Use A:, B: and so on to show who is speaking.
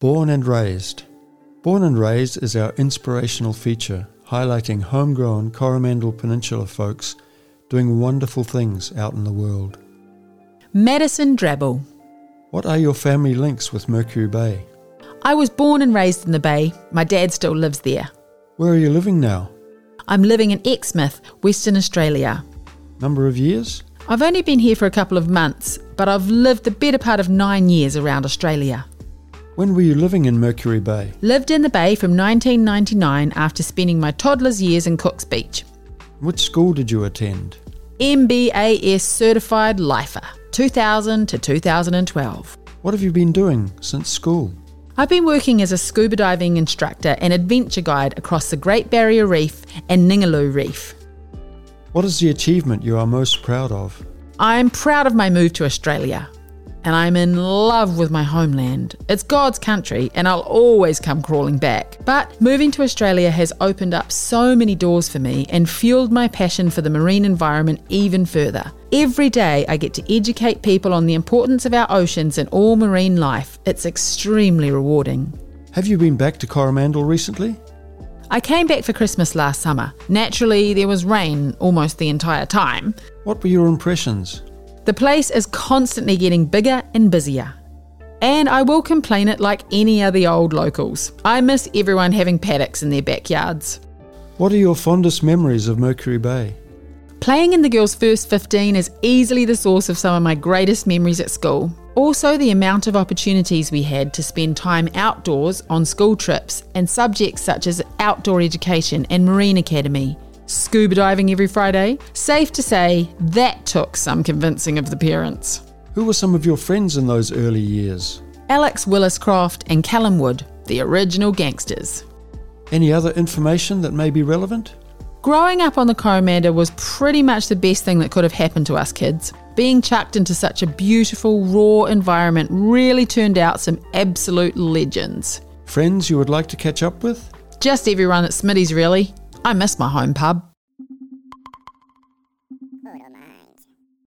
A: Born and Raised. Born and Raised is our inspirational feature highlighting homegrown Coromandel Peninsula folks doing wonderful things out in the world.
B: Madison Drabble.
A: What are your family links with Mercury Bay?
B: I was born and raised in the Bay. My dad still lives there.
A: Where are you living now?
B: I'm living in Exmouth, Western Australia.
A: Number of years?
B: I've only been here for a couple of months, but I've lived the better part of nine years around Australia.
A: When were you living in Mercury Bay?
B: Lived in the Bay from 1999 after spending my toddler's years in Cook's Beach.
A: Which school did you attend?
B: MBAS certified lifer, 2000 to 2012.
A: What have you been doing since school?
B: I've been working as a scuba diving instructor and adventure guide across the Great Barrier Reef and Ningaloo Reef.
A: What is the achievement you are most proud of?
B: I'm proud of my move to Australia and I'm in love with my homeland. It's God's country and I'll always come crawling back. But moving to Australia has opened up so many doors for me and fueled my passion for the marine environment even further. Every day I get to educate people on the importance of our oceans and all marine life. It's extremely rewarding.
A: Have you been back to Coromandel recently?
B: I came back for Christmas last summer. Naturally, there was rain almost the entire time.
A: What were your impressions?
B: The place is constantly getting bigger and busier. And I will complain it like any of the old locals. I miss everyone having paddocks in their backyards.
A: What are your fondest memories of Mercury Bay?
B: Playing in the girls' first 15 is easily the source of some of my greatest memories at school. Also, the amount of opportunities we had to spend time outdoors on school trips and subjects such as outdoor education and marine academy scuba diving every Friday. Safe to say, that took some convincing of the parents.
A: Who were some of your friends in those early years?
B: Alex Williscroft and Callum Wood, the original gangsters.
A: Any other information that may be relevant?
B: Growing up on the Coromandel was pretty much the best thing that could have happened to us kids. Being chucked into such a beautiful, raw environment really turned out some absolute legends.
A: Friends you would like to catch up with?
B: Just everyone at Smitty's, really. I miss my home pub.